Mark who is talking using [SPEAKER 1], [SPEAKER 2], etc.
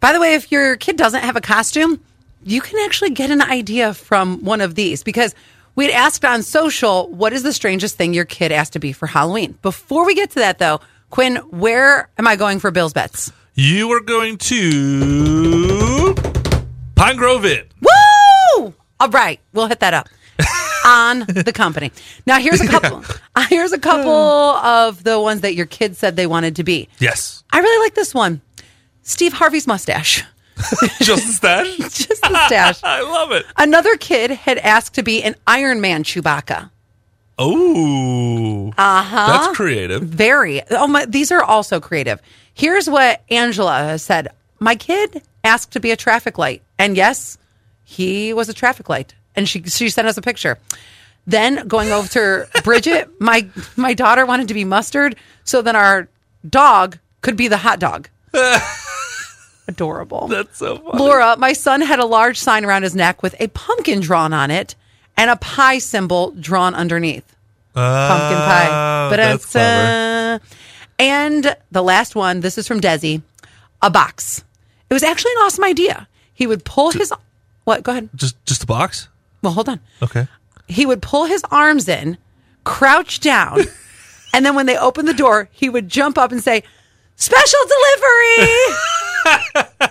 [SPEAKER 1] By the way, if your kid doesn't have a costume, you can actually get an idea from one of these because we'd asked on social, what is the strangest thing your kid asked to be for Halloween? Before we get to that, though, Quinn, where am I going for Bill's bets?
[SPEAKER 2] You are going to Pine Grove Inn.
[SPEAKER 1] Woo! All right, we'll hit that up on the company. Now here's a couple. Uh, Here's a couple of the ones that your kids said they wanted to be.
[SPEAKER 2] Yes.
[SPEAKER 1] I really like this one. Steve Harvey's mustache.
[SPEAKER 2] Just the stash.
[SPEAKER 1] Just the mustache.
[SPEAKER 2] I love it.
[SPEAKER 1] Another kid had asked to be an Iron Man Chewbacca.
[SPEAKER 2] Oh. Uh-huh. That's creative.
[SPEAKER 1] Very. Oh my, these are also creative. Here's what Angela has said. My kid asked to be a traffic light, and yes, he was a traffic light. And she she sent us a picture. Then going over to Bridget, my my daughter wanted to be mustard, so then our dog could be the hot dog. Adorable.
[SPEAKER 2] That's so funny.
[SPEAKER 1] Laura, my son had a large sign around his neck with a pumpkin drawn on it and a pie symbol drawn underneath. Pumpkin pie.
[SPEAKER 2] Oh,
[SPEAKER 1] But
[SPEAKER 2] that's
[SPEAKER 1] it's,
[SPEAKER 2] clever.
[SPEAKER 1] uh, and the last one, this is from Desi, a box. It was actually an awesome idea. He would pull his what? Go ahead.
[SPEAKER 2] Just just the box?
[SPEAKER 1] Well, hold on.
[SPEAKER 2] Okay.
[SPEAKER 1] He would pull his arms in, crouch down, and then when they opened the door, he would jump up and say, "Special delivery."